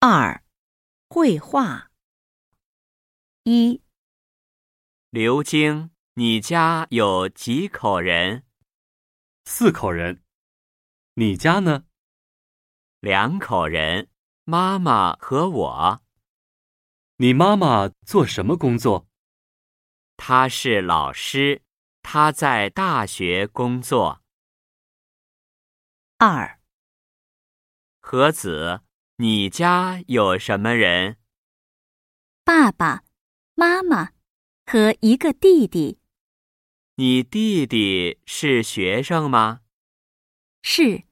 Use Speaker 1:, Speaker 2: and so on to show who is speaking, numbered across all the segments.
Speaker 1: 二、绘画。一、
Speaker 2: 刘晶，你家有几口人？
Speaker 3: 四口人。你家呢？
Speaker 2: 两口人，妈妈和我。
Speaker 3: 你妈妈做什么工作？
Speaker 2: 她是老师，她在大学工作。
Speaker 1: 二、
Speaker 2: 何子，你家有什么人？
Speaker 4: 爸爸妈妈和一个弟弟。
Speaker 2: 你弟弟是学生吗？
Speaker 4: 是，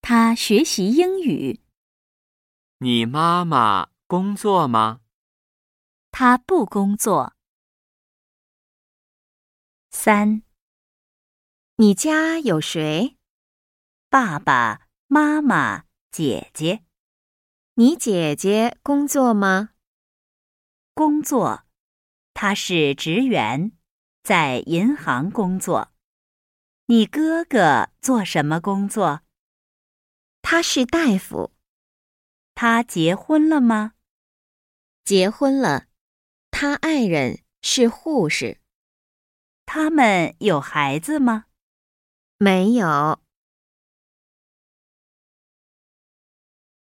Speaker 4: 他学习英语。
Speaker 2: 你妈妈工作吗？
Speaker 4: 他不工作。
Speaker 1: 三、
Speaker 5: 你家有谁？
Speaker 1: 爸爸妈妈、姐姐
Speaker 5: 你姐姐工作吗？
Speaker 1: 工作，他是职员，在银行工作。你哥哥做什么工作？
Speaker 5: 她是大夫，
Speaker 1: 他结婚了吗？
Speaker 5: 结婚了。她爱人是护士，
Speaker 1: 他们有孩子吗？
Speaker 5: 没有。